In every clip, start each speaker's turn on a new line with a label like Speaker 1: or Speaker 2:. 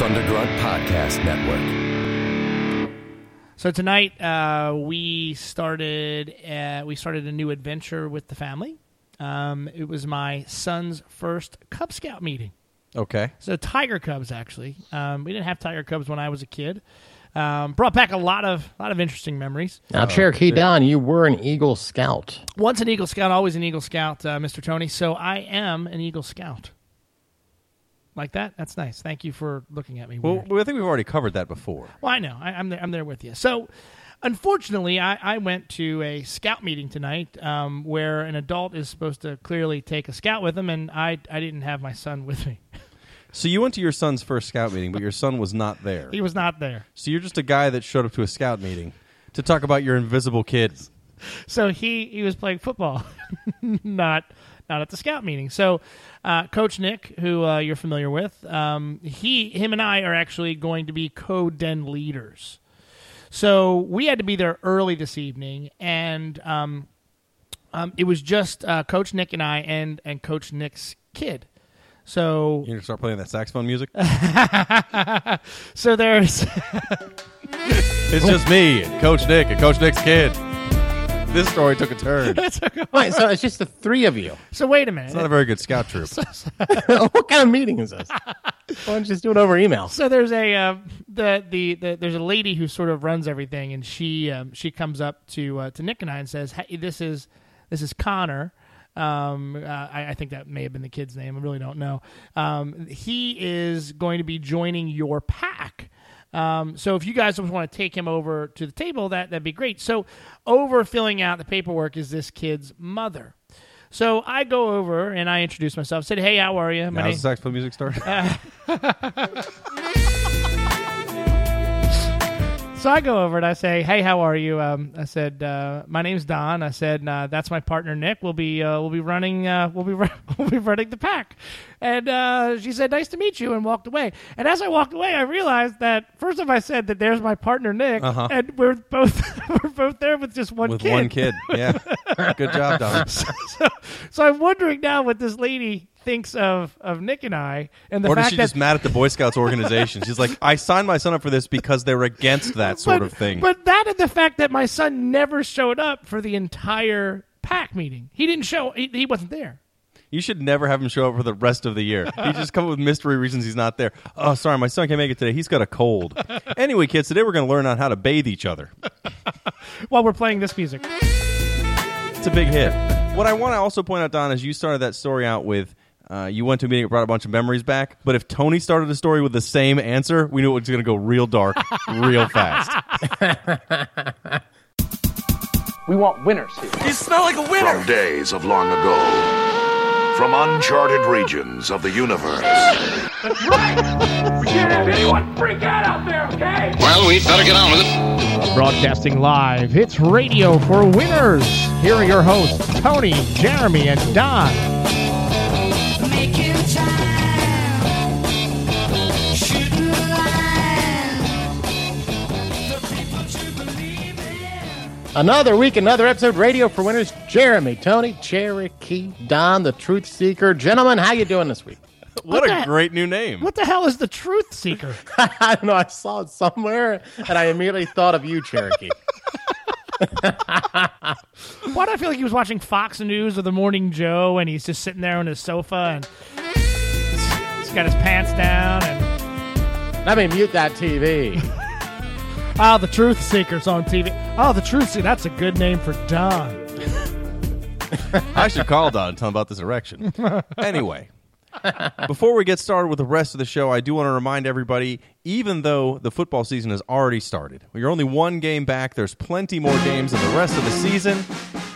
Speaker 1: Undergrunt Podcast Network.
Speaker 2: So tonight uh, we started uh, we started a new adventure with the family. Um, it was my son's first Cub Scout meeting.
Speaker 3: Okay.
Speaker 2: So Tiger Cubs actually. Um, we didn't have Tiger Cubs when I was a kid. Um, brought back a lot of lot of interesting memories.
Speaker 4: I'm Cherokee Don. You were an Eagle Scout.
Speaker 2: Once an Eagle Scout, always an Eagle Scout, uh, Mr. Tony. So I am an Eagle Scout. Like that? That's nice. Thank you for looking at me.
Speaker 3: Well,
Speaker 2: weird.
Speaker 3: I think we've already covered that before.
Speaker 2: Well, I know. I, I'm there, I'm there with you. So, unfortunately, I, I went to a scout meeting tonight um, where an adult is supposed to clearly take a scout with them, and I I didn't have my son with me.
Speaker 3: So you went to your son's first scout meeting, but your son was not there.
Speaker 2: He was not there.
Speaker 3: So you're just a guy that showed up to a scout meeting to talk about your invisible kid.
Speaker 2: So he he was playing football, not not at the scout meeting. So, uh, Coach Nick, who uh, you're familiar with, um, he him and I are actually going to be co-den leaders. So we had to be there early this evening, and um, um, it was just uh, Coach Nick and I, and and Coach Nick's kid. So
Speaker 3: You're gonna start playing that saxophone music.
Speaker 2: so there's
Speaker 3: it's just me, and Coach Nick, and Coach Nick's kid. This story took a turn. It's
Speaker 4: Right, so it's just the three of you.
Speaker 2: so wait a minute.
Speaker 3: not a very good scout troop.
Speaker 4: what kind of meeting is this? Why don't you just do it over email?
Speaker 2: so there's a uh, the, the the there's a lady who sort of runs everything, and she um, she comes up to uh, to Nick and I and says, hey, "This is this is Connor." Um, uh, I, I think that may have been the kid's name. I really don't know. Um, he is going to be joining your pack. Um, so if you guys want to take him over to the table, that that'd be great. So over filling out the paperwork is this kid's mother. So I go over and I introduce myself. Said, "Hey, how are you?" My
Speaker 3: Now
Speaker 2: name-
Speaker 3: does the saxophone music start?
Speaker 2: So I go over and I say, "Hey, how are you?" Um, I said, uh, "My name's Don." I said, uh, "That's my partner Nick. We'll be uh, we'll be running uh, we'll be run- we'll be running the pack." And uh, she said, "Nice to meet you," and walked away. And as I walked away, I realized that first of all, I said that there's my partner Nick, and we're both we're both there with just one
Speaker 3: Uh-huh. With
Speaker 2: kid.
Speaker 3: one kid. Yeah. good job, Don.
Speaker 2: so, so I'm wondering now what this lady thinks of of Nick and I, and the
Speaker 3: Or is
Speaker 2: fact
Speaker 3: she
Speaker 2: that
Speaker 3: just mad at the Boy Scouts organization? She's like, I signed my son up for this because they're against that sort
Speaker 2: but,
Speaker 3: of thing.
Speaker 2: But that and the fact that my son never showed up for the entire pack meeting. He didn't show. He, he wasn't there.
Speaker 3: You should never have him show up for the rest of the year. He just come up with mystery reasons he's not there. Oh, sorry, my son can't make it today. He's got a cold. anyway, kids, today we're going to learn on how to bathe each other.
Speaker 2: While we're playing this music,
Speaker 3: It's a big hit. What I want to also point out, Don, is you started that story out with uh, you went to a meeting, it brought a bunch of memories back. But if Tony started a story with the same answer, we knew it was going to go real dark, real fast.
Speaker 5: We want winners here.
Speaker 6: From days of long ago. From uncharted regions of the universe.
Speaker 7: Well, we'd better get on with it.
Speaker 2: broadcasting live, it's radio for winners. Here are your hosts, Tony, Jeremy, and Don.
Speaker 8: Making time, shooting the line. The people to believe in.
Speaker 4: Another week, another episode. Radio for winners. Jeremy, Tony, Cherokee Don, the Truth Seeker. Gentlemen, how you doing this week?
Speaker 3: what a
Speaker 2: the-
Speaker 3: great new name.
Speaker 2: What the hell is the truth seeker?
Speaker 4: I don't know. I saw it somewhere, and I immediately thought of you, Cherokee.
Speaker 2: Why do I feel like he was watching Fox News or The Morning Joe, and he's just sitting there on his sofa and he's got his pants down and.
Speaker 4: Let me mute that TV.
Speaker 2: Ah, the Truth Seekers on TV. Oh, the Truth Seeker. That's a good name for Don.
Speaker 3: I should call Don and tell him about this erection. Anyway, before we get started with the rest of the show, I do want to remind everybody even though the football season has already started, you're only one game back, there's plenty more games in the rest of the season.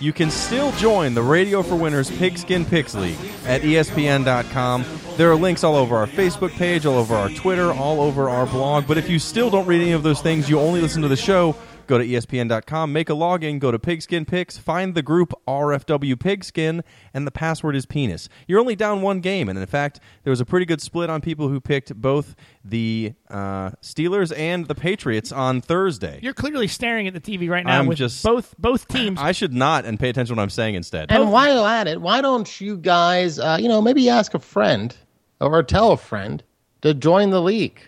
Speaker 3: You can still join the Radio for Winners Pigskin Picks League at E ESPN.com. There are links all over our Facebook page, all over our Twitter, all over our blog. But if you still don't read any of those things, you only listen to the show, Go to E ESPN.com, make a login, go to Pigskin Picks, find the group RFW Pigskin, and the password is penis. You're only down one game, and in fact, there was a pretty good split on people who picked both the uh, Steelers and the Patriots on Thursday.
Speaker 2: You're clearly staring at the TV right now
Speaker 3: I'm
Speaker 2: with
Speaker 3: just-
Speaker 2: both both teams.
Speaker 3: I should not and pay attention to what I'm saying instead.
Speaker 4: And while at it, why don't you guys, uh, you know, maybe ask a friend or tell a friend to join the league?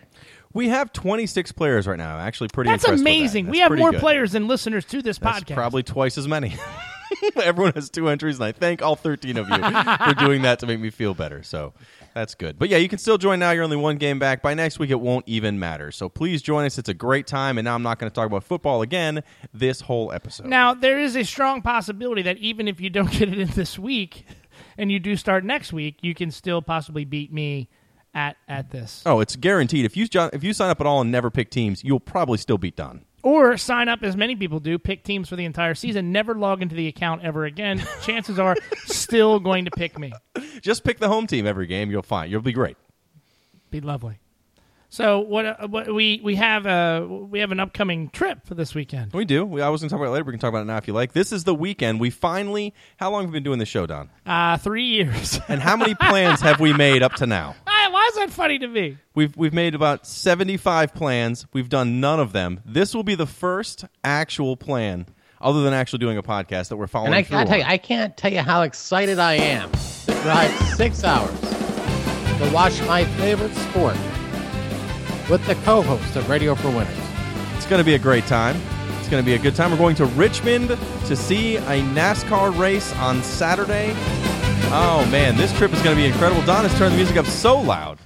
Speaker 3: We have 26 players right now. I'm actually pretty
Speaker 2: That's
Speaker 3: impressed with that.
Speaker 2: amazing. We
Speaker 3: That's
Speaker 2: have
Speaker 3: pretty
Speaker 2: more
Speaker 3: good.
Speaker 2: players than listeners to this
Speaker 3: That's
Speaker 2: podcast.
Speaker 3: probably twice as many. Everyone has two entries, and I thank all 13 of you for doing that to make me feel better. So that's good. But yeah, you can still join now. You're only one game back. By next week, it won't even matter. So please join us. It's a great time. And now I'm not going to talk about football again this whole episode.
Speaker 2: Now, there is a strong possibility that even if you don't get it in this week and you do start next week, you can still possibly beat me at, at this.
Speaker 3: oh, it's guaranteed. If you jo- if you sign up at all and never pick teams, you'll probably still beat Don.
Speaker 2: Or sign up, as many people do, pick teams for the entire season, never log into the account ever again. Chances are still going to pick me.
Speaker 3: Just pick the home team every game. You'll find you'll be great.
Speaker 2: Be lovely. So what, uh, what we we have uh, we have an upcoming trip for this weekend.
Speaker 3: We do. We, I was going to talk about it later. We can talk about it now if you like. This is the weekend. We finally. How long have we been doing this show, Don?
Speaker 2: Uh, three years.
Speaker 3: And how many plans have we made up to now?
Speaker 2: Ah, Why is that funny to me?
Speaker 3: We've we've made about 75 plans. We've done none of them. This will be the first actual plan other than actually doing a podcast that we're following
Speaker 4: And I
Speaker 3: through
Speaker 4: gotta tell you,
Speaker 3: on.
Speaker 4: I can't tell you how excited I am to drive six hours to watch my favorite sport with the co-host of Radio for Winners.
Speaker 3: It's going to be a great time. It's going to be a good time. We're going to Richmond to see a NASCAR race on Saturday. Oh man, this trip is going to be incredible. Don has turned the music up so loud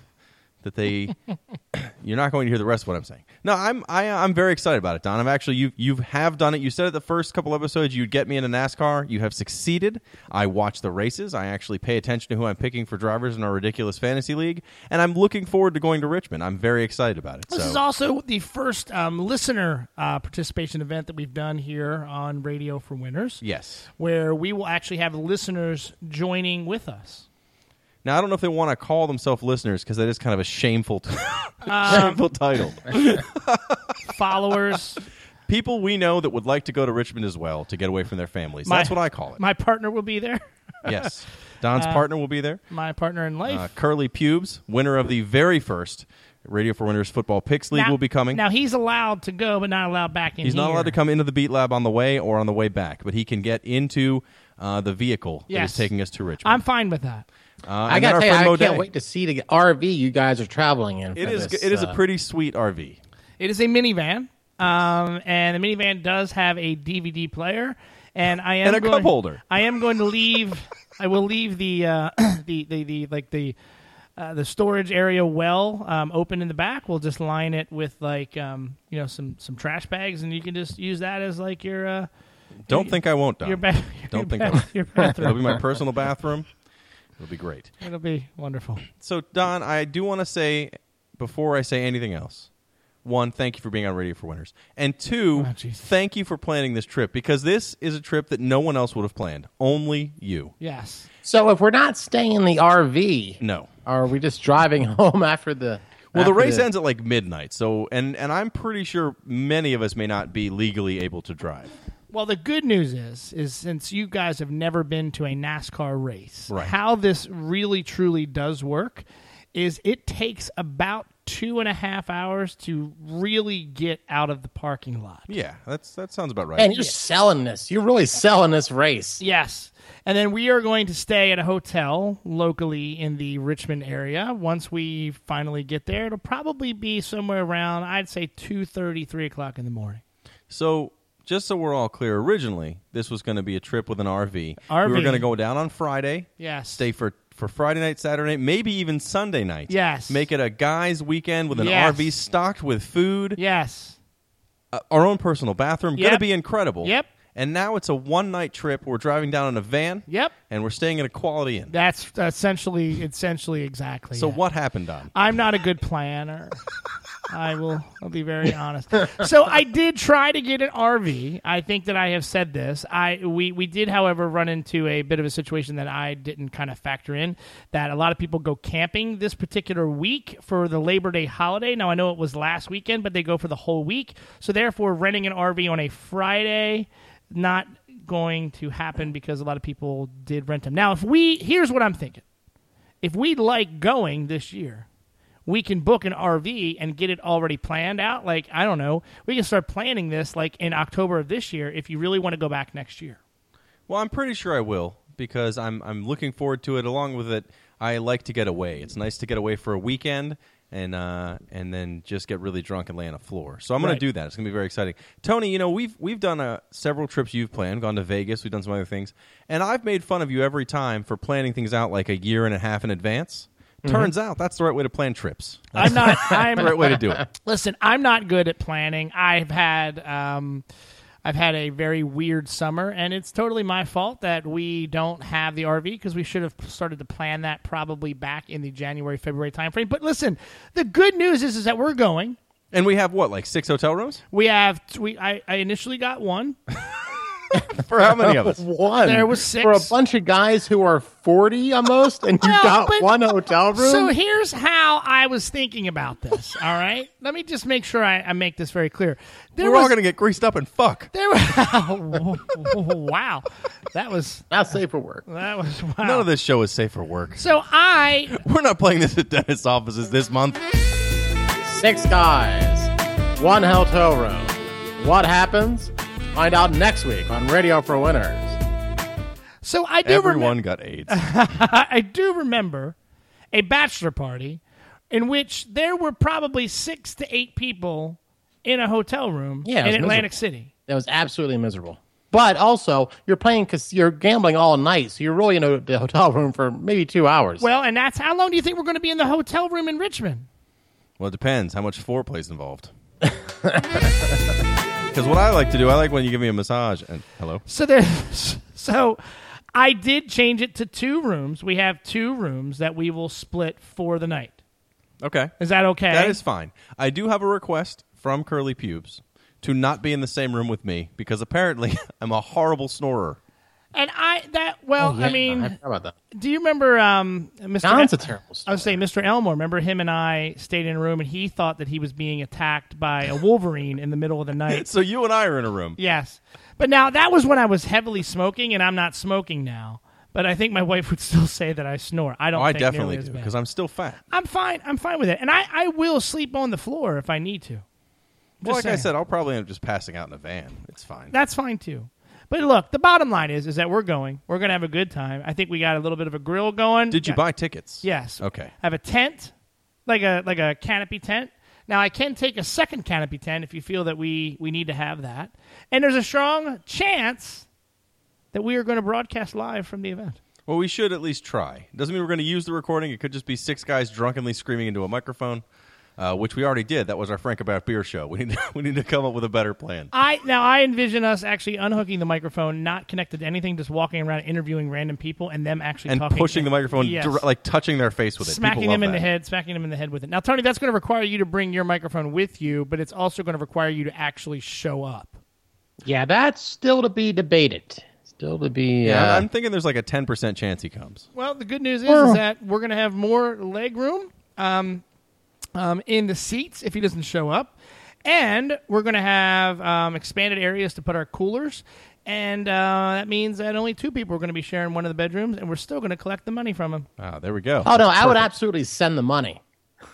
Speaker 3: that they you're not going to hear the rest of what I'm saying. No, I'm I, I'm very excited about it, Don. I'm actually you you have done it. You said at the first couple episodes you'd get me into NASCAR. You have succeeded. I watch the races. I actually pay attention to who I'm picking for drivers in our ridiculous fantasy league, and I'm looking forward to going to Richmond. I'm very excited about it.
Speaker 2: This
Speaker 3: so.
Speaker 2: is also the first um, listener uh, participation event that we've done here on Radio for Winners.
Speaker 3: yes.
Speaker 2: Where we will actually have listeners joining with us.
Speaker 3: Now I don't know if they want to call themselves listeners because that is kind of a shameful, t-
Speaker 2: Um,
Speaker 3: shameful title.
Speaker 2: Followers.
Speaker 3: People we know that would like to go to Richmond as well to get away from their families.
Speaker 2: My-
Speaker 3: That's what I call it.
Speaker 2: My Uh, partner will be there.
Speaker 3: yes, Don's partner will be there.
Speaker 2: My partner in life.
Speaker 3: Uh, Curly Pubes, winner of the very first Radio for Winners Football Picks League,
Speaker 2: Now-
Speaker 3: will be coming.
Speaker 2: Now he's allowed to go, but not allowed back in.
Speaker 3: He's not
Speaker 2: here.
Speaker 3: allowed to come into the Beat Lab on the way or on the way back, but he can get into uh, the vehicle that
Speaker 2: Yes.
Speaker 3: is taking us to Richmond.
Speaker 2: I'm fine with that.
Speaker 3: Uh, and then
Speaker 4: I gotta
Speaker 3: our
Speaker 4: tell you, I
Speaker 3: friend
Speaker 4: can't
Speaker 3: Modet.
Speaker 4: wait to see the RV you guys are traveling in.
Speaker 3: It
Speaker 4: for
Speaker 3: is
Speaker 4: this,
Speaker 3: it is a
Speaker 4: uh,
Speaker 3: pretty sweet RV.
Speaker 2: It is a minivan, um, and the minivan does have a DVD player, and I am
Speaker 3: And a
Speaker 2: going,
Speaker 3: cup holder.
Speaker 2: I am going to leave. I will leave the uh, the, the the like the. Uh, the storage area well um, open in the back. We'll just line it with like um, you know some some trash bags, and you can just use that as like your uh,
Speaker 3: Don't think I won't, Don.
Speaker 2: your bath.
Speaker 3: Don't think I
Speaker 2: your,
Speaker 3: won't.
Speaker 2: bath- your
Speaker 3: It'll be
Speaker 2: bathroom.
Speaker 3: my personal bathroom. It'll be great.
Speaker 2: It'll be wonderful.
Speaker 3: So, Don, I do want to say before I say anything else, one, thank you for being on Radio for Winners, and two,
Speaker 2: Oh, Jesus.
Speaker 3: thank you for planning this trip because this is a trip that no one else would have planned. Only you.
Speaker 2: Yes.
Speaker 4: So if we're not staying in the RV,
Speaker 3: No.
Speaker 4: are we just driving home after the?
Speaker 3: Well,
Speaker 4: after
Speaker 3: the race ends at like midnight, so and and I'm pretty sure many of us may not be legally able to drive.
Speaker 2: Well, the good news is, is since you guys have never been to a NASCAR race,
Speaker 3: Right.
Speaker 2: how this really truly does work is it takes about two and a half hours to really get out of the parking lot.
Speaker 3: Yeah, that's that sounds about right.
Speaker 4: And you're selling this. You're really selling this race.
Speaker 2: Yes. And then we are going to stay at a hotel locally in the Richmond area. Once we finally get there, it'll probably be somewhere around, I'd say, 2.30, 3 o'clock in the morning.
Speaker 3: So, just so we're all clear, originally this was going to be a trip with an RV. We were
Speaker 2: RV.
Speaker 3: going to go down on Friday.
Speaker 2: Yes.
Speaker 3: Stay for for Friday night, Saturday night, maybe even Sunday night.
Speaker 2: Yes.
Speaker 3: Make it a guys' weekend with an
Speaker 2: Yes.
Speaker 3: RV stocked with food,
Speaker 2: Yes.
Speaker 3: uh, our own personal bathroom. Going to
Speaker 2: Yep.
Speaker 3: be incredible.
Speaker 2: Yep.
Speaker 3: And now it's a one night trip. We're driving down in a van.
Speaker 2: Yep.
Speaker 3: And we're staying at a Quality Inn.
Speaker 2: That's essentially, essentially exactly
Speaker 3: so
Speaker 2: it.
Speaker 3: what happened, Don?
Speaker 2: I'm not a good planner. I will I'll be very honest. So I did try to get an RV. I think that I have said this. I we we did however run into a bit of a situation that I didn't kind of factor in that a lot of people go camping this particular week for the Labor Day holiday. Now I know it was last weekend, but they go for the whole week. So therefore renting an RV on a Friday not going to happen because a lot of people did rent them. Now if we here's what I'm thinking if we like going this year, we can book an RV and get it already planned out. Like, I don't know. We can start planning this like in October of this year if you really want to go back next year.
Speaker 3: Well, I'm pretty sure I will because I'm I'm looking forward to it. Along with it, I like to get away. It's nice to get away for a weekend and uh, and then just get really drunk and lay on a floor. So I'm going
Speaker 2: Right.
Speaker 3: to do that. It's going to be very exciting. Tony, you know we've we've done uh, several trips you've planned, gone to Vegas, we've done some other things, and I've made fun of you every time for planning things out like a year and a half in advance.
Speaker 2: Mm-hmm.
Speaker 3: Turns out that's the right way to plan trips. That's
Speaker 2: I'm not. I'm
Speaker 3: the right way to do it.
Speaker 2: Listen, I'm not good at planning. I've had um, I've had a very weird summer, and it's totally my fault that we don't have the RV because we should have started to plan that probably back in the January February timeframe. But listen, the good news is is that we're going.
Speaker 3: And we have what, like six hotel rooms
Speaker 2: We have we I, I initially got one.
Speaker 3: for how many of us?
Speaker 4: One.
Speaker 2: There was six.
Speaker 4: for a bunch of guys who are forty almost, and you
Speaker 2: Well,
Speaker 4: got
Speaker 2: but-
Speaker 4: one hotel room.
Speaker 2: So here's how I was thinking about this. All right, let me just make sure I, I make this very clear. There
Speaker 3: We're
Speaker 2: was
Speaker 3: all going to get greased up and fuck.
Speaker 2: there were, wow, that was
Speaker 4: Not safe for work.
Speaker 2: that was wow.
Speaker 3: None of this show is safe for work.
Speaker 2: So I
Speaker 3: We're not playing this at dentist offices this month.
Speaker 4: Six guys, one hotel room. What happens? Find out next week on Radio for Winners.
Speaker 2: so I do remember
Speaker 3: Everyone got AIDS.
Speaker 2: I do remember a bachelor party in which there were probably six to eight people in a hotel room in
Speaker 4: Yeah, it was
Speaker 2: Atlantic
Speaker 4: miserable.
Speaker 2: City.
Speaker 4: That was absolutely miserable. But also, you're playing because you're gambling all night, so you're really in a, the hotel room for maybe two hours.
Speaker 2: Well, and that's how long do you think we're going to be in the hotel room in Richmond?
Speaker 3: Well, it depends how much foreplay is involved. Because what I like to do, I like when you give me a massage and hello.
Speaker 2: So there, so I did change it to two rooms. We have two rooms that we will split for the night.
Speaker 3: Okay,
Speaker 2: Is that okay?
Speaker 3: that is fine. I do have a request from Curly Pubes to not be in the same room with me because apparently I'm a horrible snorer.
Speaker 2: and I that
Speaker 3: Oh,
Speaker 2: well, I mean,
Speaker 4: I forgot about that.
Speaker 2: do you remember um, Mr.
Speaker 4: John's
Speaker 2: E-
Speaker 4: a terrible
Speaker 2: I was saying, Mr. Elmore. Remember him and I stayed in a room, and he thought that he was being attacked by a wolverine in the middle of the night.
Speaker 3: So you and I are in a room.
Speaker 2: Yes, but now that was when I was heavily smoking, and I'm not smoking now. But I think my wife would still say that I snore. I don't.
Speaker 3: Oh, I
Speaker 2: think
Speaker 3: definitely
Speaker 2: nearly
Speaker 3: do
Speaker 2: as bad.
Speaker 3: because I'm still fat.
Speaker 2: I'm fine. I'm fine with it, and I, I will sleep on the floor if I need to.
Speaker 3: Well, like
Speaker 2: Just
Speaker 3: I
Speaker 2: saying.
Speaker 3: said, I'll probably end up just passing out in a van. It's fine.
Speaker 2: that's fine too. But look, the bottom line is is that we're going. We're gonna have a good time. I think we got a little bit of a grill going.
Speaker 3: Did you
Speaker 2: Got-
Speaker 3: buy tickets?
Speaker 2: Yes.
Speaker 3: Okay.
Speaker 2: I have a tent, like a like a canopy tent. Now I can take a second canopy tent if you feel that we we need to have that. And there's a strong chance that we are going to broadcast live from the event.
Speaker 3: Well, we should at least try. Doesn't mean we're going to use the recording. It could just be six guys drunkenly screaming into a microphone, uh, which we already did. That was our Frank About Beer show. We need to, we need to come up with a better plan.
Speaker 2: I now I envision us actually unhooking the microphone, not connected to anything, just walking around interviewing random people and them actually
Speaker 3: And
Speaker 2: talking
Speaker 3: pushing the microphone,
Speaker 2: Yes.
Speaker 3: dire- like touching their face with it. People
Speaker 2: smacking
Speaker 3: love
Speaker 2: them in
Speaker 3: that.
Speaker 2: the head, smacking them in the head with it. Now, Tony, that's going to require you to bring your microphone with you, but it's also going to require you to actually show up.
Speaker 4: Yeah, that's still to be debated. Still to be.
Speaker 3: Yeah,
Speaker 4: uh,
Speaker 3: I'm thinking there's like a 10% chance he comes.
Speaker 2: Well, the good news is, is that we're going to have more leg room um, um, in the seats if he doesn't show up. And we're going to have um, expanded areas to put our coolers. And uh, that means that only two people are going to be sharing one of the bedrooms, and we're still going to collect the money from him.
Speaker 3: Ah, there we go.
Speaker 4: oh no, I would absolutely send the money.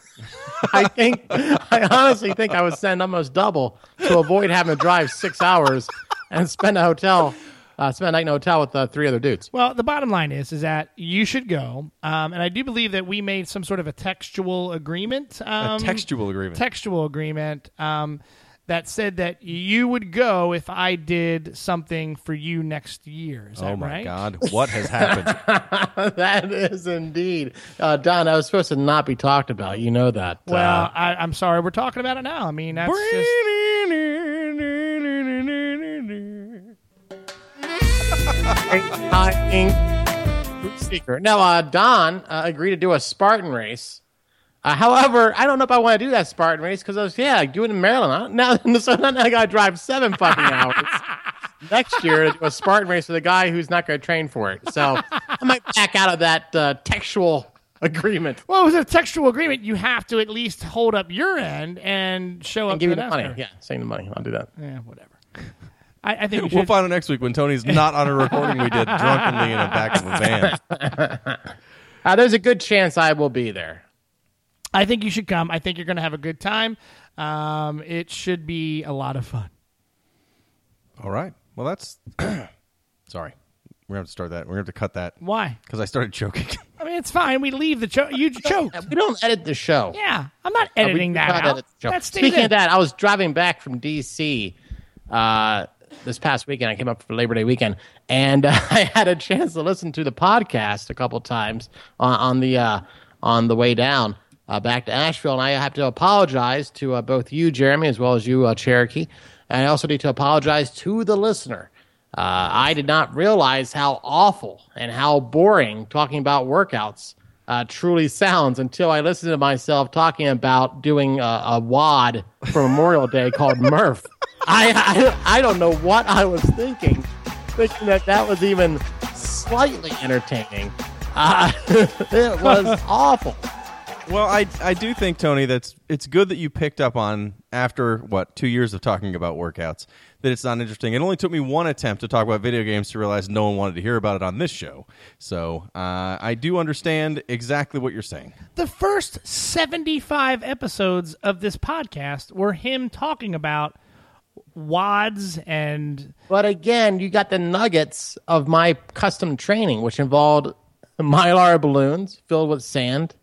Speaker 4: I think I honestly think I would send almost double to avoid having to drive six hours and spend a hotel, uh, spend a night in a hotel with uh, three other dudes.
Speaker 2: Well, the bottom line is is that you should go, um, and I do believe that we made some sort of a textual agreement. Um,
Speaker 3: textual agreement.
Speaker 2: Textual agreement um, that said that you would go if I did something for you next year. Is that
Speaker 3: Oh my
Speaker 2: right?
Speaker 3: God! What has happened?
Speaker 4: that is indeed uh, Don. I was supposed to not be talked about. You know that. uh,
Speaker 2: Well, I, I'm sorry, we're talking about it now. I mean, that's just
Speaker 4: Speaker. Now, uh, Don uh, agreed to do a Spartan race. Uh, however, I don't know if I want to do that Spartan race because I was, yeah, do it in Maryland. I don't- Now, so now I got to drive seven fucking hours next year to do a Spartan race with a guy who's not going to train for it. So I might back out of that uh, textual agreement
Speaker 2: well, it was a textual agreement. You have to at least hold up your end and show
Speaker 4: and
Speaker 2: up.
Speaker 4: give
Speaker 2: to
Speaker 4: you
Speaker 2: it
Speaker 4: the money.
Speaker 2: after.
Speaker 4: Yeah, save the money. I'll do that.
Speaker 2: yeah, whatever. I, I think we should.
Speaker 3: we'll find out next week when Tony's not on a recording we did drunkenly in the back of a van.
Speaker 4: Uh, there's a good chance I will be there.
Speaker 2: I think you should come. I think you're going to have a good time. Um, it should be a lot of fun.
Speaker 3: All right. Well, that's sorry. We're gonna have to start that. We're gonna have to cut that
Speaker 2: Why?
Speaker 3: because I started choking.
Speaker 2: I mean, it's fine. We leave the cho- you choke.
Speaker 4: We don't edit the show.
Speaker 2: Yeah, I'm not
Speaker 4: Uh, we
Speaker 2: editing
Speaker 4: do
Speaker 2: that
Speaker 4: not
Speaker 2: out.
Speaker 4: edit the show.
Speaker 2: That stays
Speaker 4: Speaking
Speaker 2: in.
Speaker 4: of that, I was driving back from DC uh, this past weekend. I came up for Labor Day weekend, and uh, I had a chance to listen to the podcast a couple times on, on the uh, on the way down uh, back to Asheville. And I have to apologize to uh, both you, Jeremy, as well as you, uh, Cherokee, and I also need to apologize to the listener. Uh, I did not realize how awful and how boring talking about workouts uh, truly sounds until I listened to myself talking about doing a, a wad for Memorial Day called Murph. I, I I don't know what I was thinking, thinking that that was even slightly entertaining. Uh, it was awful.
Speaker 3: Well, I I do think Tony that's it's good that you picked up on after what two years of talking about workouts that it's not interesting. It only took me one attempt to talk about video games to realize no one wanted to hear about it on this show. So uh, I do understand exactly what you're saying.
Speaker 2: the first 75 episodes of this podcast were him talking about wads and
Speaker 4: But again, you got the nuggets of my custom training, which involved mylar balloons filled with sand,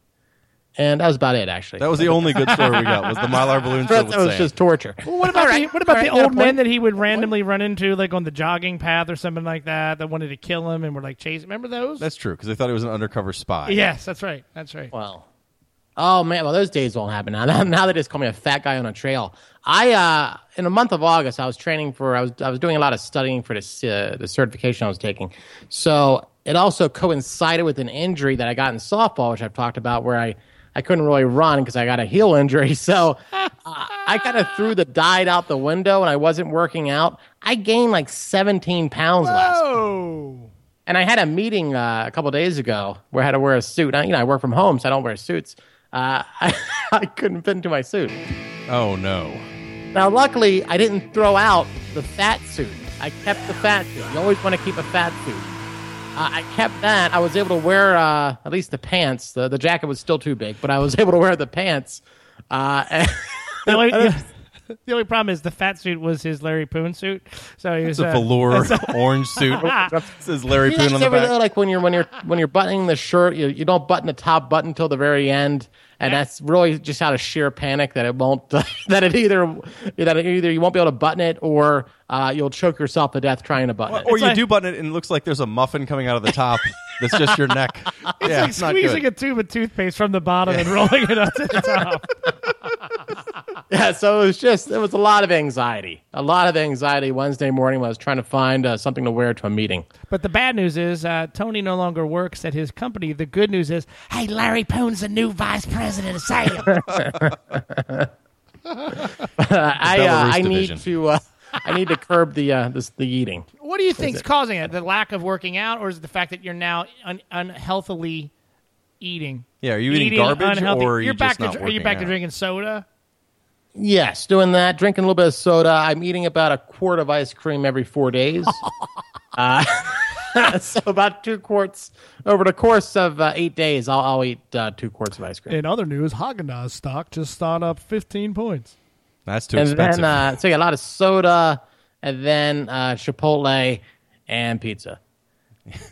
Speaker 4: and that was about it. Actually,
Speaker 3: That was the only good story we got was the Mylar balloon.
Speaker 4: that
Speaker 3: filled with
Speaker 4: was
Speaker 3: sand.
Speaker 4: just torture.
Speaker 2: what about the, what about
Speaker 4: All
Speaker 2: the
Speaker 4: right, got a
Speaker 2: old men
Speaker 4: point.
Speaker 2: that he would randomly run into like on the jogging path or something like that that wanted to kill him and were like chasing remember those
Speaker 3: that's true because they thought it was an undercover spy.
Speaker 2: yes that's right that's right
Speaker 4: Well, oh man, well those days won't happen now. Now they just call me a fat guy on a trail. I uh, in the month of August, I was training for. I was I was doing a lot of studying for this uh, the certification I was taking. So it also coincided with an injury that I got in softball, which I've talked about, where I. I couldn't really run because I got a heel injury. So uh, I kind of threw the diet out the window and I wasn't working out. I gained like 17 pounds last
Speaker 2: oh
Speaker 4: and I had a meeting uh, a couple days ago where I had to wear a suit. I, you know, I work from home, so I don't wear suits. Uh, I, I couldn't fit into my suit.
Speaker 3: Oh no.
Speaker 4: Now, luckily, I didn't throw out the fat suit. I kept the fat suit. You always want to keep a fat suit. Uh, I kept that. I was able to wear uh, at least the pants. The, the jacket was still too big, but I was able to wear the pants. Uh, and
Speaker 2: the only, the only problem is the fat suit was his larry poon suit so he was
Speaker 3: It's a
Speaker 2: uh,
Speaker 3: velour orange suit. says Larry
Speaker 4: You
Speaker 3: Poon
Speaker 4: guys
Speaker 3: on the
Speaker 4: ever,
Speaker 3: back.
Speaker 4: Like when you're when you're when you're buttoning the shirt, you, you don't button the top button till the very end, and that's really just out of sheer panic that it won't that it either that it either you won't be able to button it or uh, you'll choke yourself to death trying to button it.
Speaker 3: or you
Speaker 2: like-
Speaker 3: do button it and it looks like there's a muffin coming out of the top that's just your neck. yeah,
Speaker 2: like
Speaker 3: it's not good.
Speaker 2: squeezing a tube of toothpaste from the bottom and rolling it up to the top
Speaker 4: Yeah, so it was just it was a lot of anxiety, a lot of anxiety Wednesday morning when I was trying to find uh, something to wear to a meeting.
Speaker 2: But the bad news is uh, Tony no longer works at his company. The good news is, hey, Larry Poon's the new vice president of sales.
Speaker 4: I
Speaker 3: Belarus
Speaker 4: uh, I
Speaker 3: division.
Speaker 4: need to uh, I need to curb the uh, this, the eating.
Speaker 2: what do you think's causing it? The lack of working out, or is it the fact that you're now un- unhealthily eating?
Speaker 3: Yeah, are you eating garbage
Speaker 2: unhealthy-
Speaker 3: or are you
Speaker 2: You're back
Speaker 3: just not
Speaker 2: to, dr- are you
Speaker 3: working
Speaker 2: back to
Speaker 3: out?
Speaker 2: drinking soda?
Speaker 4: Yes, doing that, drinking a little bit of soda. I'm eating about a quart of ice cream every four days. uh, so about two quarts over the course of uh, eight days, I'll, I'll eat uh, two quarts of ice cream.
Speaker 2: In other news, Haagen-Dazs stock just shot up 15 points.
Speaker 3: That's too
Speaker 4: and
Speaker 3: expensive.
Speaker 4: then uh, so yeah, a lot of soda, and then uh, Chipotle and pizza.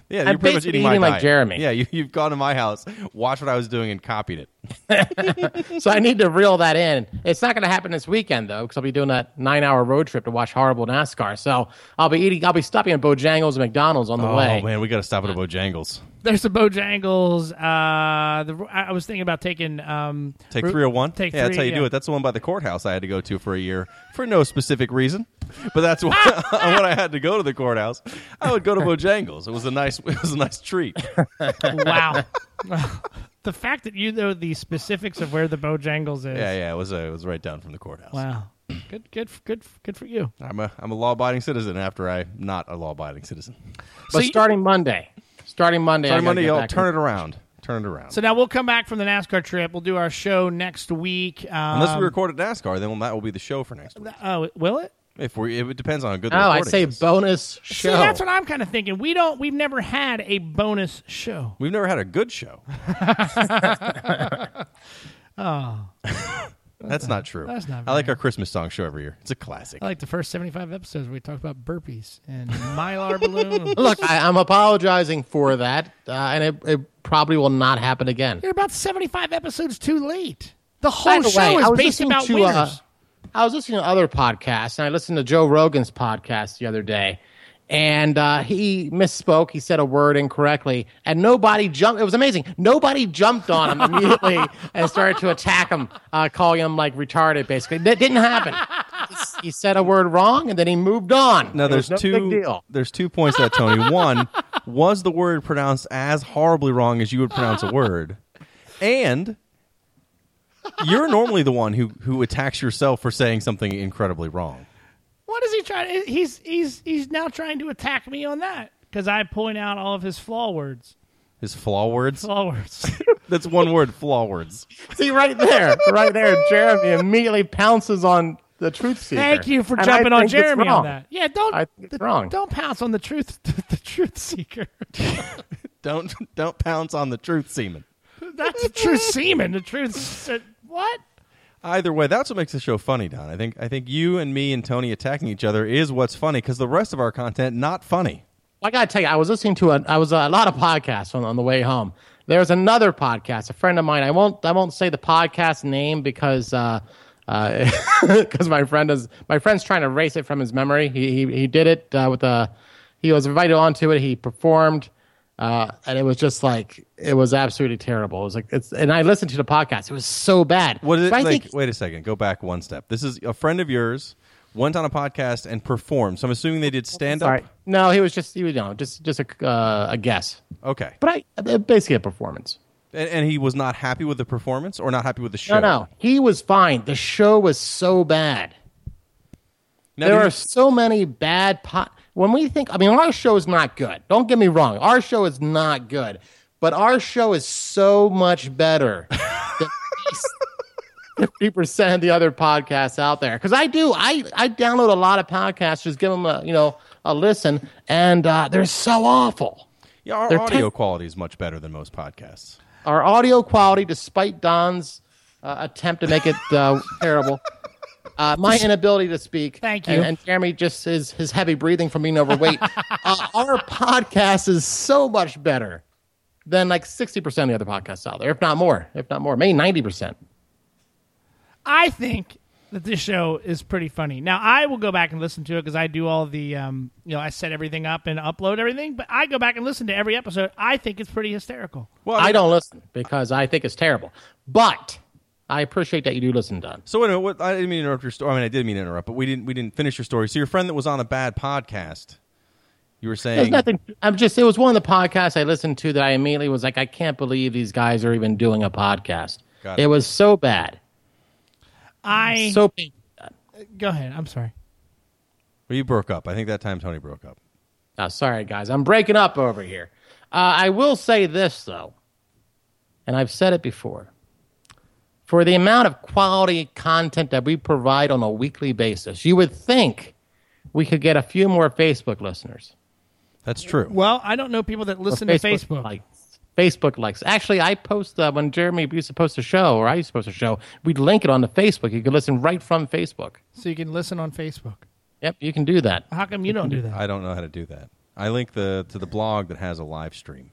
Speaker 3: yeah, you're
Speaker 4: I'm
Speaker 3: pretty much
Speaker 4: basically
Speaker 3: eating my
Speaker 4: eating like
Speaker 3: diet.
Speaker 4: Jeremy.
Speaker 3: Yeah, you, you've gone to my house, watched what I was doing, and copied it.
Speaker 4: So I need to reel that in. It's not going to happen this weekend though, because I'll be doing that nine-hour road trip to watch horrible NASCAR. So I'll be eating. I'll be stopping at Bojangles and McDonald's on the
Speaker 3: Oh
Speaker 4: way.
Speaker 3: man, we got to stop at a Bojangles.
Speaker 2: There's the Bojangles. Uh, the, I I was thinking about taking um,
Speaker 3: Take
Speaker 2: Ru-
Speaker 3: three hundred one.
Speaker 2: Take
Speaker 3: yeah, that's
Speaker 2: three,
Speaker 3: how you
Speaker 2: yeah.
Speaker 3: do it. That's the one by the courthouse I had to go to for a year for no specific reason, but that's what, when I had to go to the courthouse. I would go to Bojangles. It was a nice, it was a nice treat.
Speaker 2: wow. the fact that you know the specifics of where the Bojangles is.
Speaker 3: Yeah, yeah, it was uh, it was right down from the courthouse.
Speaker 2: Wow. Good, good, good, good for you.
Speaker 3: I'm a I'm a law abiding citizen after I'm not a law abiding citizen.
Speaker 4: But
Speaker 2: you-
Speaker 4: starting Monday, starting Monday,
Speaker 3: Sorry, Monday,
Speaker 4: you
Speaker 3: y'all turn it around. Turn it around.
Speaker 2: So now we'll come back from the NASCAR trip. We'll do our show next week. Um,
Speaker 3: Unless we record at NASCAR, then that will be the show for next week.
Speaker 2: oh, will it?
Speaker 3: If we, it depends on how good. The
Speaker 4: Oh, I'd
Speaker 3: recording
Speaker 4: say
Speaker 3: is.
Speaker 4: bonus show.
Speaker 2: See, that's what I'm kind of thinking. We don't. We've never had a bonus show.
Speaker 3: We've never had a good show. That's not true.
Speaker 2: Oh. That's not
Speaker 3: I like
Speaker 2: very-
Speaker 3: our Christmas song show every year. It's a classic.
Speaker 4: Uh,
Speaker 2: I like the first 75 episodes where we talked about burpees and mylar balloons.
Speaker 4: Look, I, I'm apologizing for that, uh, and it, it probably will not happen again.
Speaker 2: You're about 75 episodes too late. The
Speaker 4: By
Speaker 2: whole
Speaker 4: the
Speaker 2: show
Speaker 4: way, I
Speaker 2: is
Speaker 4: was
Speaker 2: based
Speaker 4: listening
Speaker 2: about
Speaker 4: to,
Speaker 2: winners.
Speaker 4: uh, I was listening to other podcasts, and I listened to Joe Rogan's podcast the other day, and uh, he misspoke. He said a word incorrectly, and nobody jumped. It was amazing. Nobody jumped on him immediately and started to attack him, uh, calling him like retarded. Basically, that didn't happen. He said a word wrong, and then he moved on.
Speaker 3: Now
Speaker 4: It
Speaker 3: there's
Speaker 4: was no
Speaker 3: two
Speaker 4: big deal.
Speaker 3: there's two points to that Tony. One was the word pronounced as horribly wrong as you would pronounce a word, and you're normally the one who who attacks yourself for saying something incredibly wrong.
Speaker 2: What is he trying? He's he's he's now trying to attack me on that because I point out all of his flaw words.
Speaker 3: His flaw words.
Speaker 2: Flaw words.
Speaker 3: That's one word. Flaw words.
Speaker 4: See right there, right there, Jeremy immediately pounces on the truth seeker.
Speaker 2: Thank you for
Speaker 4: And I
Speaker 2: jumping on
Speaker 4: think it's
Speaker 2: Jeremy on
Speaker 4: wrong.
Speaker 2: that. Yeah, don't
Speaker 4: I think it's
Speaker 2: the-
Speaker 4: wrong.
Speaker 2: Don't pounce on the truth the truth seeker.
Speaker 3: Don't don't pounce on the truth, semen.
Speaker 2: That's the true semen. The truth. se- What?
Speaker 3: Either way, that's what makes the show funny, Don. I think I think you and me and Tony attacking each other is what's funny because the rest of our content not funny.
Speaker 4: I gotta tell you, I was listening to a, I was a lot of podcasts on, on the way home. There was another podcast, a friend of mine. I won't, I won't say the podcast name because, uh, because my friend is, my friend's trying to erase it from his memory. He he, he did it uh, with a, he was invited onto it. He performed, uh, and it was just like it was absolutely terrible. It was like it's, and I listened to the podcast. It was so bad.
Speaker 3: What is it
Speaker 4: So I
Speaker 3: like?
Speaker 4: think-
Speaker 3: wait a second. Go back one step. This is a friend of yours went on a podcast and performed. So I'm assuming they did stand up.
Speaker 4: sorry. No, he was just, he was, you know, just just a uh, a guess,
Speaker 3: Okay,
Speaker 4: but I uh, basically a performance.
Speaker 3: and, and he was not happy with the performance or not happy with the show.
Speaker 4: No, no, he was fine. The show was so bad.
Speaker 3: Now,
Speaker 4: there
Speaker 3: did he-
Speaker 4: are so many bad po- when we think. I mean, our show is not good. Don't get me wrong. Our show is not good, but our show is so much better. than Fifty percent of the other podcasts out there, because I do, I I download a lot of podcasts, just give them a you know a listen, and uh, they're so awful.
Speaker 3: yeah, our
Speaker 4: they're
Speaker 3: audio
Speaker 4: tech-
Speaker 3: quality is much better than most podcasts.
Speaker 4: Our audio quality, despite Don's uh, attempt to make it uh, terrible, uh, my inability to speak.
Speaker 2: Thank
Speaker 4: And,
Speaker 2: you.
Speaker 4: and Jeremy just is his heavy breathing from being overweight. uh, our podcast is so much better than like 60% of the other podcasts out there, if not more, if not more, maybe 90%.
Speaker 2: I think that this show is pretty funny. Now I will go back and listen to it because I do all the, um, you know, I set everything up and upload everything. But I go back and listen to every episode. I think it's pretty hysterical.
Speaker 3: Well,
Speaker 4: I don't listen because I think it's terrible. But I appreciate that you do listen, Don.
Speaker 3: So wait a minute. What, I didn't mean to interrupt your story. I mean, I did mean to interrupt, but we didn't. We didn't finish your story. So your friend that was on a bad podcast, you were saying
Speaker 4: There's nothing. I'm just. It was one of the podcasts I listened to that I immediately was like, I can't believe these guys are even doing a podcast.
Speaker 3: Got
Speaker 4: it.
Speaker 3: it.
Speaker 4: was so bad.
Speaker 2: I
Speaker 4: So bad.
Speaker 2: go ahead. I'm sorry.
Speaker 3: Well, you broke up. I think that time Tony broke up.
Speaker 4: Oh, sorry, guys. I'm breaking up over here. Uh, I will say this though, and I've said it before. For the amount of quality content that we provide on a weekly basis, you would think we could get a few more Facebook listeners.
Speaker 3: That's true.
Speaker 2: Well, I don't know people that listen to Facebook.
Speaker 4: likes. Facebook likes. Actually, I post uh, when Jeremy used to post a show, or I used to post a show. We'd link it on the Facebook. You could listen right from Facebook.
Speaker 2: so you can listen on Facebook.
Speaker 4: Yep, you can do that.
Speaker 2: How come you don't do that?
Speaker 3: I don't know how to do that. I link the to the blog that has a live stream.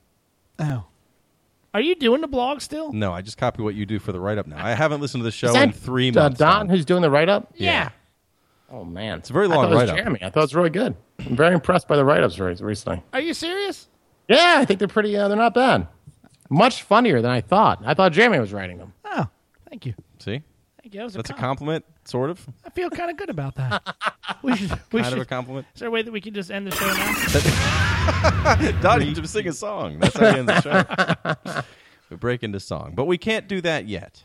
Speaker 2: Oh. Are you doing the blog still?
Speaker 3: No, I just copy what you do for the write up now. I haven't listened to the show
Speaker 4: Is that,
Speaker 3: in three
Speaker 4: uh,
Speaker 3: months.
Speaker 4: Don,
Speaker 3: Don.
Speaker 4: who's doing the write up?
Speaker 2: Yeah.
Speaker 4: Oh man, it's
Speaker 3: a very long
Speaker 4: I thought it was
Speaker 3: write-up.
Speaker 4: Jeremy, I thought it was really good. I'm very impressed by the write-ups re- recently.
Speaker 2: Are you serious?
Speaker 4: Yeah, I think they're pretty. Uh, they're not bad. Much funnier than I thought. I thought Jeremy was writing them.
Speaker 2: Oh, thank you.
Speaker 3: See,
Speaker 2: Thank you. That was
Speaker 3: that's
Speaker 2: a
Speaker 3: a
Speaker 2: compliment.
Speaker 3: compliment, sort of,
Speaker 2: I feel kind of good about that. we should. We
Speaker 3: kind
Speaker 2: should
Speaker 3: of a compliment.
Speaker 2: is there a way that we can just end the show now?
Speaker 3: Don, you just sing a song. That's how we end the show. we break into song, but we can't do that yet.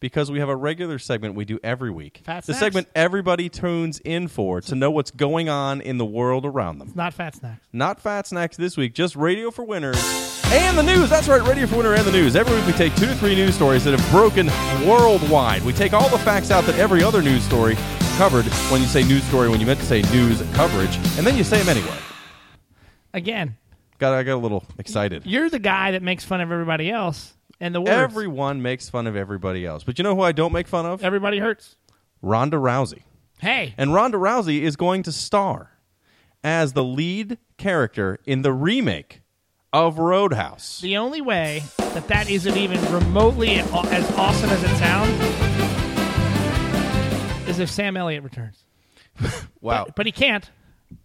Speaker 3: Because we have a regular segment we do every week.
Speaker 2: Fat
Speaker 3: the
Speaker 2: Snacks?
Speaker 3: segment everybody tunes in for to know what's going on in the world around them.
Speaker 2: Not fat snacks.
Speaker 3: Not Fat Snacks this week, just Radio for Winners and the news. That's right, Radio for Winner and the news. Every week we take two to three news stories that have broken worldwide. We take all the facts out that every other news story covered when you say news story, when you meant to say news coverage, and then you say them anyway.
Speaker 2: Again,
Speaker 3: Got, I got a little excited.
Speaker 2: you're the guy that makes fun of everybody else. and the words.
Speaker 3: Everyone makes fun of everybody else. But you know who I don't make fun of?
Speaker 2: Everybody hurts.
Speaker 3: Ronda Rousey.
Speaker 2: Hey,
Speaker 3: And Ronda Rousey is going to star as the lead character in the remake of Roadhouse.
Speaker 2: the only way that that isn't even remotely a- as awesome as it sounds is if Sam Elliott returns.
Speaker 3: Wow.
Speaker 2: But he can't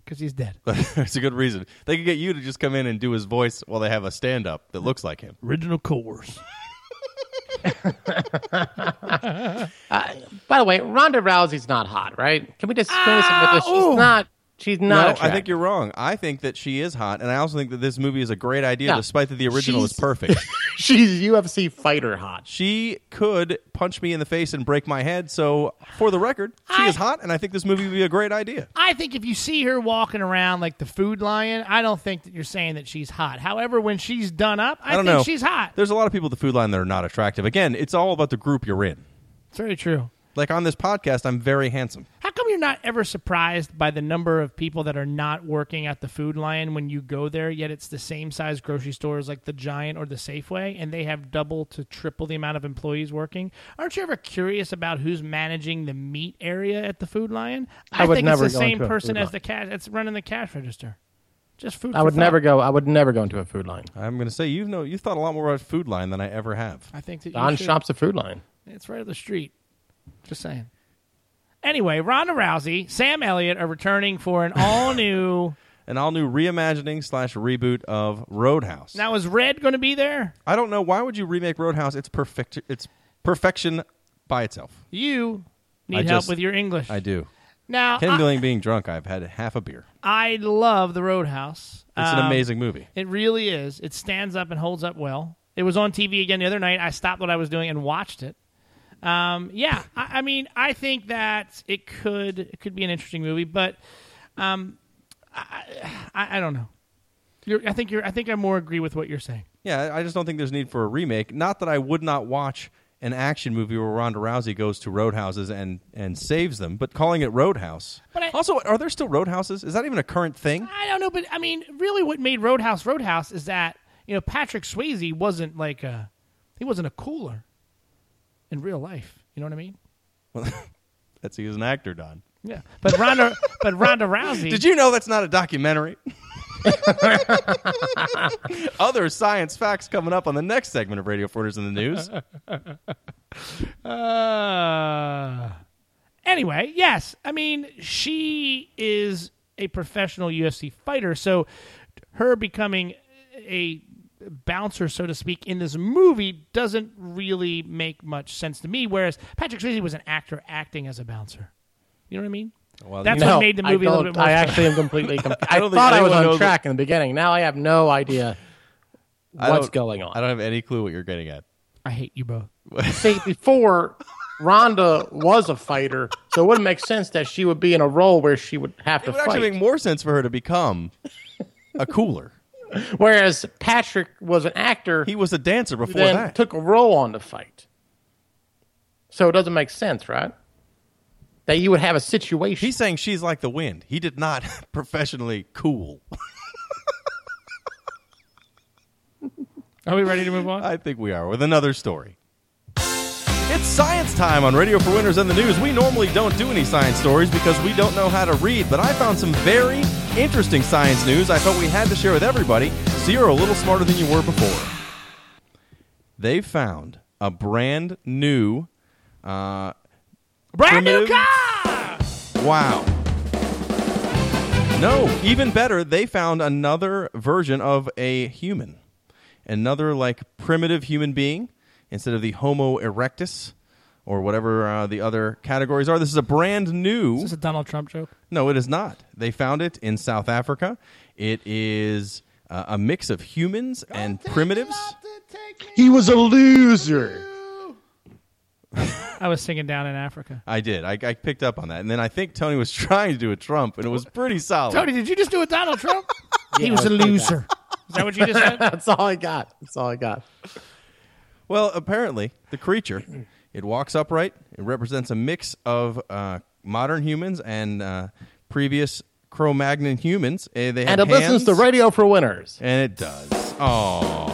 Speaker 2: because he's dead.
Speaker 3: That's a good reason. They could get you to just come in and do his voice while they have a stand up that looks like him.
Speaker 2: Original course.
Speaker 4: By the way, Ronda Rousey's not hot, right? Can we just finish it with this? She's not. She's
Speaker 3: No,
Speaker 4: not.
Speaker 3: I think you're wrong. I think that she is hot, and I also think that this movie is a great idea,
Speaker 4: No.
Speaker 3: despite that the original is
Speaker 4: She's-
Speaker 3: perfect.
Speaker 4: she's UFC fighter hot.
Speaker 3: she could punch me in the face and break my head. So, for the record, she
Speaker 2: I-
Speaker 3: is hot, and I think this movie would be a great idea.
Speaker 2: I think if you see her walking around like the food lion, I don't think that you're saying that she's hot. However, when she's done up, I,
Speaker 3: I, don't
Speaker 2: think
Speaker 3: know.
Speaker 2: she's hot.
Speaker 3: There's a lot of people at the food line that are not attractive. Again, it's all about the group you're in.
Speaker 2: It's very true.
Speaker 3: Like on this podcast, I'm very handsome.
Speaker 2: How come you're not ever surprised by the number of people that are not working at the food lion when you go there, yet it's the same size grocery stores like the Giant or the Safeway, and they have double to triple the amount of employees working? Aren't you ever curious about who's managing the meat area at the food lion? I,
Speaker 4: would
Speaker 2: think
Speaker 4: never
Speaker 2: it's the
Speaker 4: go
Speaker 2: same
Speaker 4: into a
Speaker 2: person
Speaker 4: Food
Speaker 2: as
Speaker 4: Lion.
Speaker 2: the cash that's running the cash register. Just food.
Speaker 4: I
Speaker 2: for
Speaker 4: would
Speaker 2: thought.
Speaker 4: never go. I would never go into a food line.
Speaker 3: I'm going to say you know you thought a lot more about food line than I ever have.
Speaker 2: I think that you
Speaker 4: Don
Speaker 2: should.
Speaker 4: shops a food line.
Speaker 2: It's right up the street. Just saying. Anyway, Ronda Rousey, Sam Elliott are returning for an all new.
Speaker 3: An all new reimagining slash reboot of Roadhouse.
Speaker 2: now, is Red going to be there?
Speaker 3: I don't know why would you remake Roadhouse? It's perfect. It's perfection by itself.
Speaker 2: You need
Speaker 3: I
Speaker 2: help
Speaker 3: just-
Speaker 2: with your English.
Speaker 3: I do.
Speaker 2: Now, I,
Speaker 3: Handling being drunk, I've had half a beer.
Speaker 2: I love The Roadhouse.
Speaker 3: It's an
Speaker 2: Um,
Speaker 3: amazing movie.
Speaker 2: It really is. It stands up and holds up well. It was on TV again the other night. I stopped what I was doing and watched it. Um, yeah, I, I mean, I think that it could it could be an interesting movie, but um, I, I, I don't know. You're, I think you're. I think I more agree with what you're saying.
Speaker 3: Yeah, I I just don't think there's need for a remake. Not that I would not watch an action movie where Ronda Rousey goes to roadhouses and and saves them, but calling it Roadhouse.
Speaker 2: But I-
Speaker 3: also, are there still roadhouses? Is that even a current thing?
Speaker 2: I don't know, but I mean, really, what made Roadhouse Roadhouse is that you know Patrick Swayze wasn't like a he wasn't a cooler in real life. You know what I mean?
Speaker 3: That's he was an actor, Don.
Speaker 2: Yeah. But Ronda, but Ronda Rousey.
Speaker 3: Did you know that's not a documentary? Other science facts coming up on the next segment of Radio Foreigners in the News.
Speaker 2: Uh, anyway, yes. I mean, she is a professional UFC fighter, so her becoming a bouncer, so to speak, in this movie doesn't really make much sense to me. Whereas Patrick Swayze was an actor acting as a bouncer. You know what I mean?
Speaker 3: Well,
Speaker 2: That's
Speaker 3: you
Speaker 2: what
Speaker 4: no,
Speaker 2: made the
Speaker 4: I
Speaker 2: movie a little
Speaker 4: don't-
Speaker 2: bit more.
Speaker 4: I actually am completely. Com- I,
Speaker 3: don't think
Speaker 4: thought I was
Speaker 3: anyone
Speaker 4: on
Speaker 3: knows
Speaker 4: track in the beginning. Now I have no idea
Speaker 3: I
Speaker 4: what's
Speaker 3: don't-
Speaker 4: going
Speaker 3: I
Speaker 4: on.
Speaker 3: don't have any clue what you're getting at.
Speaker 2: I hate you both.
Speaker 4: See, before Rhonda was a fighter, so it wouldn't make sense that she would be in a role where she would have
Speaker 3: It
Speaker 4: to
Speaker 3: would actually
Speaker 4: fight.
Speaker 3: make more sense for her to become a cooler.
Speaker 4: Whereas Patrick was an actor,
Speaker 3: He was a dancer before
Speaker 4: then
Speaker 3: that.
Speaker 4: took a role on the fight. So it doesn't make sense, right? That you would have a situation.
Speaker 3: He's saying she's like the wind. He did not professionally cool.
Speaker 2: Are we ready to move on?
Speaker 3: I think we are with another story. It's science time on Radio for Winners and the News. We normally don't do any science stories because we don't know how to read, but I found some very interesting science news I felt we had to share with everybody so you're a little smarter than you were before. They found a brand new uh,
Speaker 2: Brand new
Speaker 3: primitive-
Speaker 2: car.
Speaker 3: Wow. No, even better, they found another version of a human. Another, like, primitive human being instead of the Homo erectus or whatever uh, the other categories are. This is a brand new.
Speaker 2: Is this a Donald Trump joke?
Speaker 3: No, it is not. They found it in South Africa. It is uh, a mix of humans and primitives.
Speaker 4: He was a loser.
Speaker 2: I was singing down in Africa.
Speaker 3: I did. I, I picked up on that. And then I think Tony was trying to do a Trump, and it was pretty solid.
Speaker 2: Tony, did you just do a Donald Trump? he was a loser. Is that what you just said?
Speaker 4: That's all I got. That's all I got.
Speaker 3: Well, apparently, the creature it walks upright. It represents a mix of uh, modern humans and uh, previous Cro-Magnon humans. Uh, they
Speaker 4: And
Speaker 3: had
Speaker 4: it listens
Speaker 3: hands,
Speaker 4: to Radio for Winners.
Speaker 3: and it does. Oh,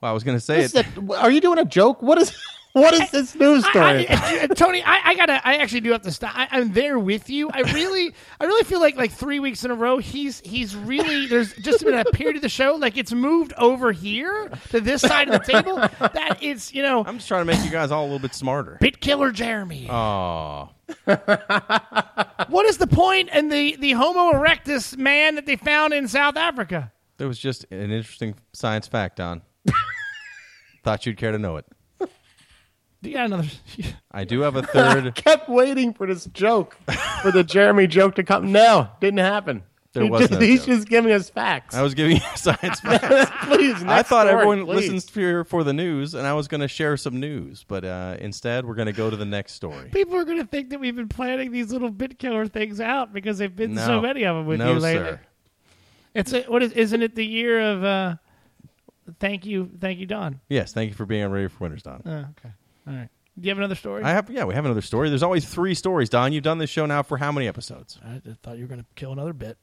Speaker 3: Well, I was going to say
Speaker 4: This
Speaker 3: it.
Speaker 4: is a- are you doing a joke? What is what is this news story?
Speaker 2: I- I- uh, Tony, I, I gotta. I actually do have to stop. I, I'm there with you. I really, I really feel like like three weeks in a row. He's he's really there's just been a period of the show like it's moved over here to this side of the table. That it's you know
Speaker 3: I'm just trying to make you guys all a little bit smarter.
Speaker 2: bit killer Jeremy.
Speaker 3: Oh,
Speaker 2: what is the point in the the Homo erectus man that they found in South Africa?
Speaker 3: there was just an interesting science fact, Don. Thought you'd care to know it.
Speaker 2: Do you got another?
Speaker 3: I do have a
Speaker 4: I
Speaker 3: third.
Speaker 4: kept waiting for this joke, for the Jeremy joke to come. No, didn't happen.
Speaker 3: There
Speaker 4: He
Speaker 3: was
Speaker 4: just,
Speaker 3: no
Speaker 4: he's
Speaker 3: joke.
Speaker 4: just giving us facts.
Speaker 3: I was giving you science facts.
Speaker 4: please,
Speaker 3: I
Speaker 4: next
Speaker 3: thought
Speaker 4: story,
Speaker 3: everyone
Speaker 4: please.
Speaker 3: listens here for the news, and I was going to share some news, but uh, instead we're going to go to the next story.
Speaker 2: People are going to think that we've been planning these little bit killer things out because they've been
Speaker 3: No.
Speaker 2: so many of them with
Speaker 3: No,
Speaker 2: you lately.
Speaker 3: sir.
Speaker 2: It's a, what is isn't it the year of uh thank you thank you Don.
Speaker 3: Yes, thank you for being on Radio for Winners, Don.
Speaker 2: Oh, okay. All right. Do you have another story?
Speaker 3: I have, yeah, we have another story. There's always three stories, Don. You've done this show now for how many episodes?
Speaker 2: I thought you were going to kill another bit.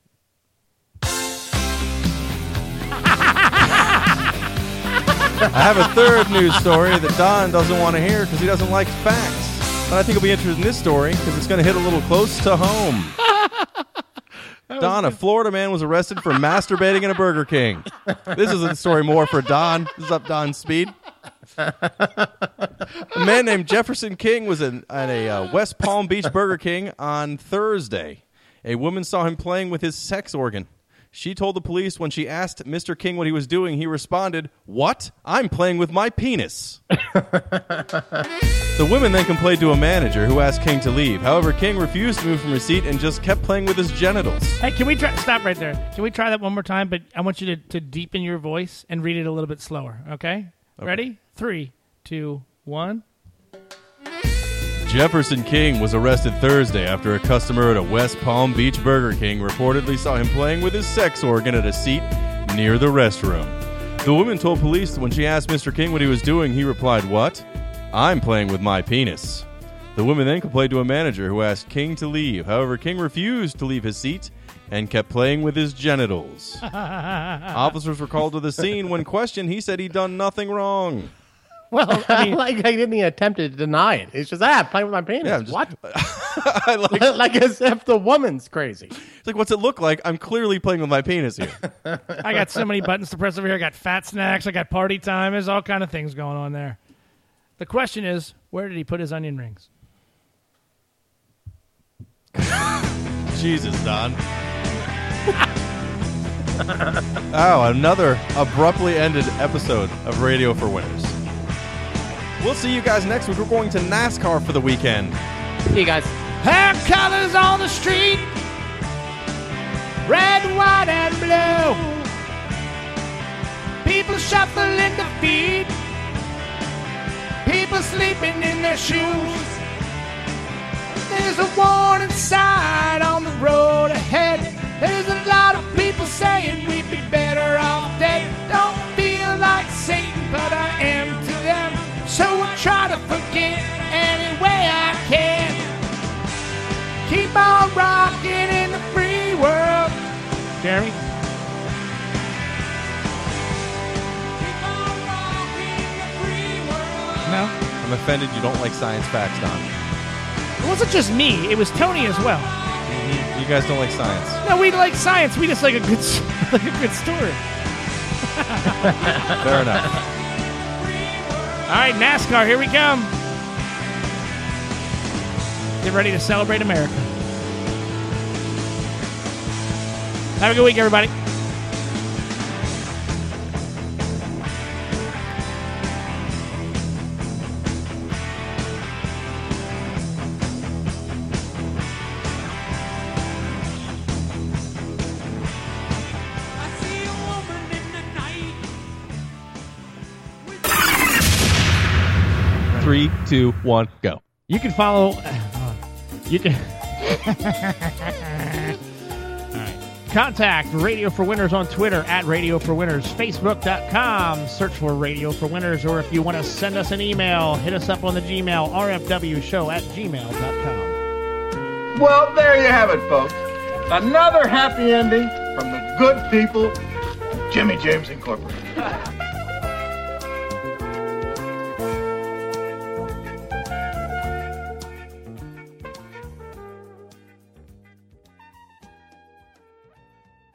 Speaker 3: I have a third news story that Don doesn't want to hear because he doesn't like facts. But I think he'll be interested in this story because it's going to hit a little close to home. Don, a Florida man was arrested for masturbating in a Burger King. This is a story more for Don. This is up Don's speed. A man named Jefferson King was in, at a uh, West Palm Beach Burger King on Thursday. A woman saw him playing with his sex organ. She told the police when she asked Mr. King what he was doing, he responded, What? I'm playing with my penis. the women then complained to a manager who asked King to leave. However, King refused to move from his seat and just kept playing with his genitals.
Speaker 2: Hey, can we try stop right there? Can we try that one more time but I want you to, to deepen your voice and read it a little bit slower, okay? Ready? Three, two, one.
Speaker 3: Jefferson King was arrested Thursday after a customer at a West Palm Beach Burger King reportedly saw him playing with his sex organ at a seat near the restroom. The woman told police when she asked Mr. King what he was doing, he replied, What? I'm playing with my penis. The woman then complained to a manager who asked King to leave. However, King refused to leave his seat and kept playing with his genitals. Officers were called to the scene. When questioned, he said he'd done nothing wrong.
Speaker 4: Well, I like I didn't even attempt to deny it. It's just ah, playing with my penis.
Speaker 3: Yeah, I'm just-
Speaker 4: what?
Speaker 3: I like
Speaker 4: like as if the woman's crazy.
Speaker 3: It's like, what's it look like? I'm clearly playing with my penis here.
Speaker 2: I got so many buttons to press over here. I got fat snacks, I got party time, there's all kind of things going on there. The question is, where did he put his onion rings?
Speaker 3: Jesus, Don. oh, another abruptly ended episode of Radio for Winners. We'll see you guys next week. We're going to NASCAR for the weekend.
Speaker 4: See you guys.
Speaker 2: Hair colors on the street. Red, white, and blue. People shuffling their feet. People sleeping in their shoes. There's a warning sign on the road ahead. There's a lot of people saying we'd be better off dead. Don't feel like Satan, but I am to them. So I try to forget any way I can. Keep on rocking in the free world. Jeremy? No.
Speaker 3: I'm offended you don't like science facts, Don.
Speaker 2: It wasn't just me, it was Tony as well.
Speaker 3: You guys don't like science.
Speaker 2: No, we like science. We just like a good, s- like a good story.
Speaker 3: Fair enough.
Speaker 2: All right, NASCAR, here we come. Get ready to celebrate America. Have a good week, everybody.
Speaker 3: Three, two, one, go.
Speaker 2: You can follow. You can. All right. Contact Radio for Winners on Twitter at Radio for Winners, Facebook.com. Search for Radio for Winners, or if you want to send us an email, hit us up on the Gmail, rfwshow at gmail.com.
Speaker 5: Well, there you have it, folks. Another happy ending from the good people of Jimmy James Incorporated.